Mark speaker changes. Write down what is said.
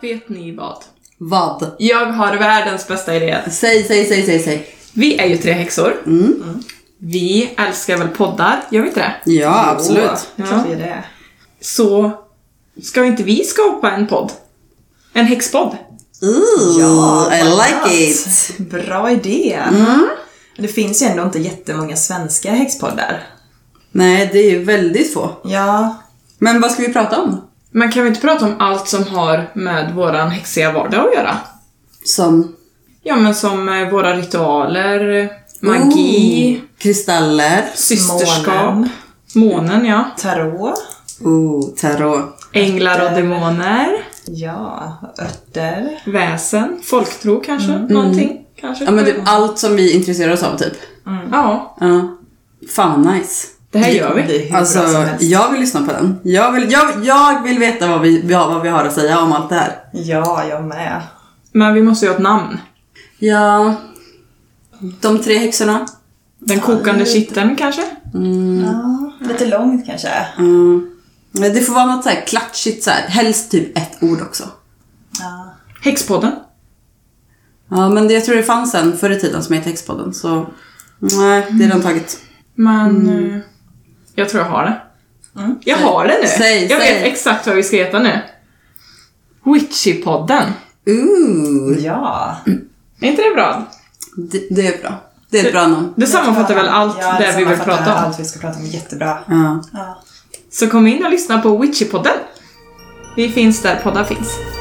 Speaker 1: Vet ni vad?
Speaker 2: Vad?
Speaker 1: Jag har världens bästa idé.
Speaker 2: Säg, säg, säg, säg, säg.
Speaker 1: Vi är ju tre häxor.
Speaker 2: Mm.
Speaker 1: Vi älskar väl poddar, gör vi inte det?
Speaker 2: Ja, absolut.
Speaker 3: Ja.
Speaker 1: Ja.
Speaker 3: vi är det.
Speaker 1: Så ska inte vi skapa en podd? En häxpodd?
Speaker 2: Ooh,
Speaker 3: Ja,
Speaker 2: I
Speaker 3: why not?
Speaker 2: like it.
Speaker 3: Bra idé.
Speaker 1: Mm.
Speaker 3: Det finns ju ändå inte jättemånga svenska häxpoddar.
Speaker 2: Nej, det är ju väldigt få.
Speaker 3: Ja,
Speaker 2: Men vad ska vi prata om?
Speaker 1: Men kan vi inte prata om allt som har med våran häxiga vardag att göra?
Speaker 2: Som
Speaker 1: Ja, men som eh, våra ritualer,
Speaker 2: Oh.
Speaker 1: eh, magi,
Speaker 2: Ooh, Oh, kristaller,
Speaker 1: systerskap,
Speaker 3: Månen.
Speaker 1: månen. ja.
Speaker 3: tarot.
Speaker 2: oh, tarot.
Speaker 1: Änglar och demoner,
Speaker 3: Ja, örter.
Speaker 1: väsen, folktro kanske, någonting. Kanske.
Speaker 2: Mm, Ja, men typ allt som vi intresserar oss av, typ.
Speaker 1: ja,
Speaker 2: Ja. Fan nice.
Speaker 1: det här gör
Speaker 3: Det är
Speaker 1: vi.
Speaker 3: hur bra
Speaker 2: Alltså,
Speaker 3: som helst.
Speaker 2: jag vill lyssna på den. Jag vill, jag, jag vill veta vad vi, vi har- vad vi har att säga om allt det här.
Speaker 3: Ja, jag med.
Speaker 1: Men vi måste ju ha ett namn.
Speaker 2: Ja, de tre häxorna.
Speaker 1: Den kokande kitteln kanske? Mm.
Speaker 3: Ja, lite långt kanske.
Speaker 2: Mm. Men Det får vara något så här klatschigt så här. Helst typ ett ord också.
Speaker 3: Ja.
Speaker 1: Häxpodden?
Speaker 2: Ja, men det, jag tror det fanns en förr i tiden som hette Häxpodden, så nej, det är den taget.
Speaker 1: Men eh, jag tror jag har det.
Speaker 3: Mm.
Speaker 1: Jag har det nu!
Speaker 2: Säg,
Speaker 1: jag
Speaker 2: säg.
Speaker 1: vet exakt vad vi ska heta nu. Witchypodden.
Speaker 2: Ooh,
Speaker 3: Ja.
Speaker 1: Är inte det bra?
Speaker 2: det, det är bra. Det är ett bra namn.
Speaker 1: Det sammanfattar väl allt
Speaker 3: ja,
Speaker 1: det vi vill
Speaker 3: sammanfattar
Speaker 1: prata om.
Speaker 3: Allt vi ska prata om är jättebra.
Speaker 2: Ja.
Speaker 3: Ja.
Speaker 1: Så kom in och lyssna på Witchypodden. Vi finns där poddar finns.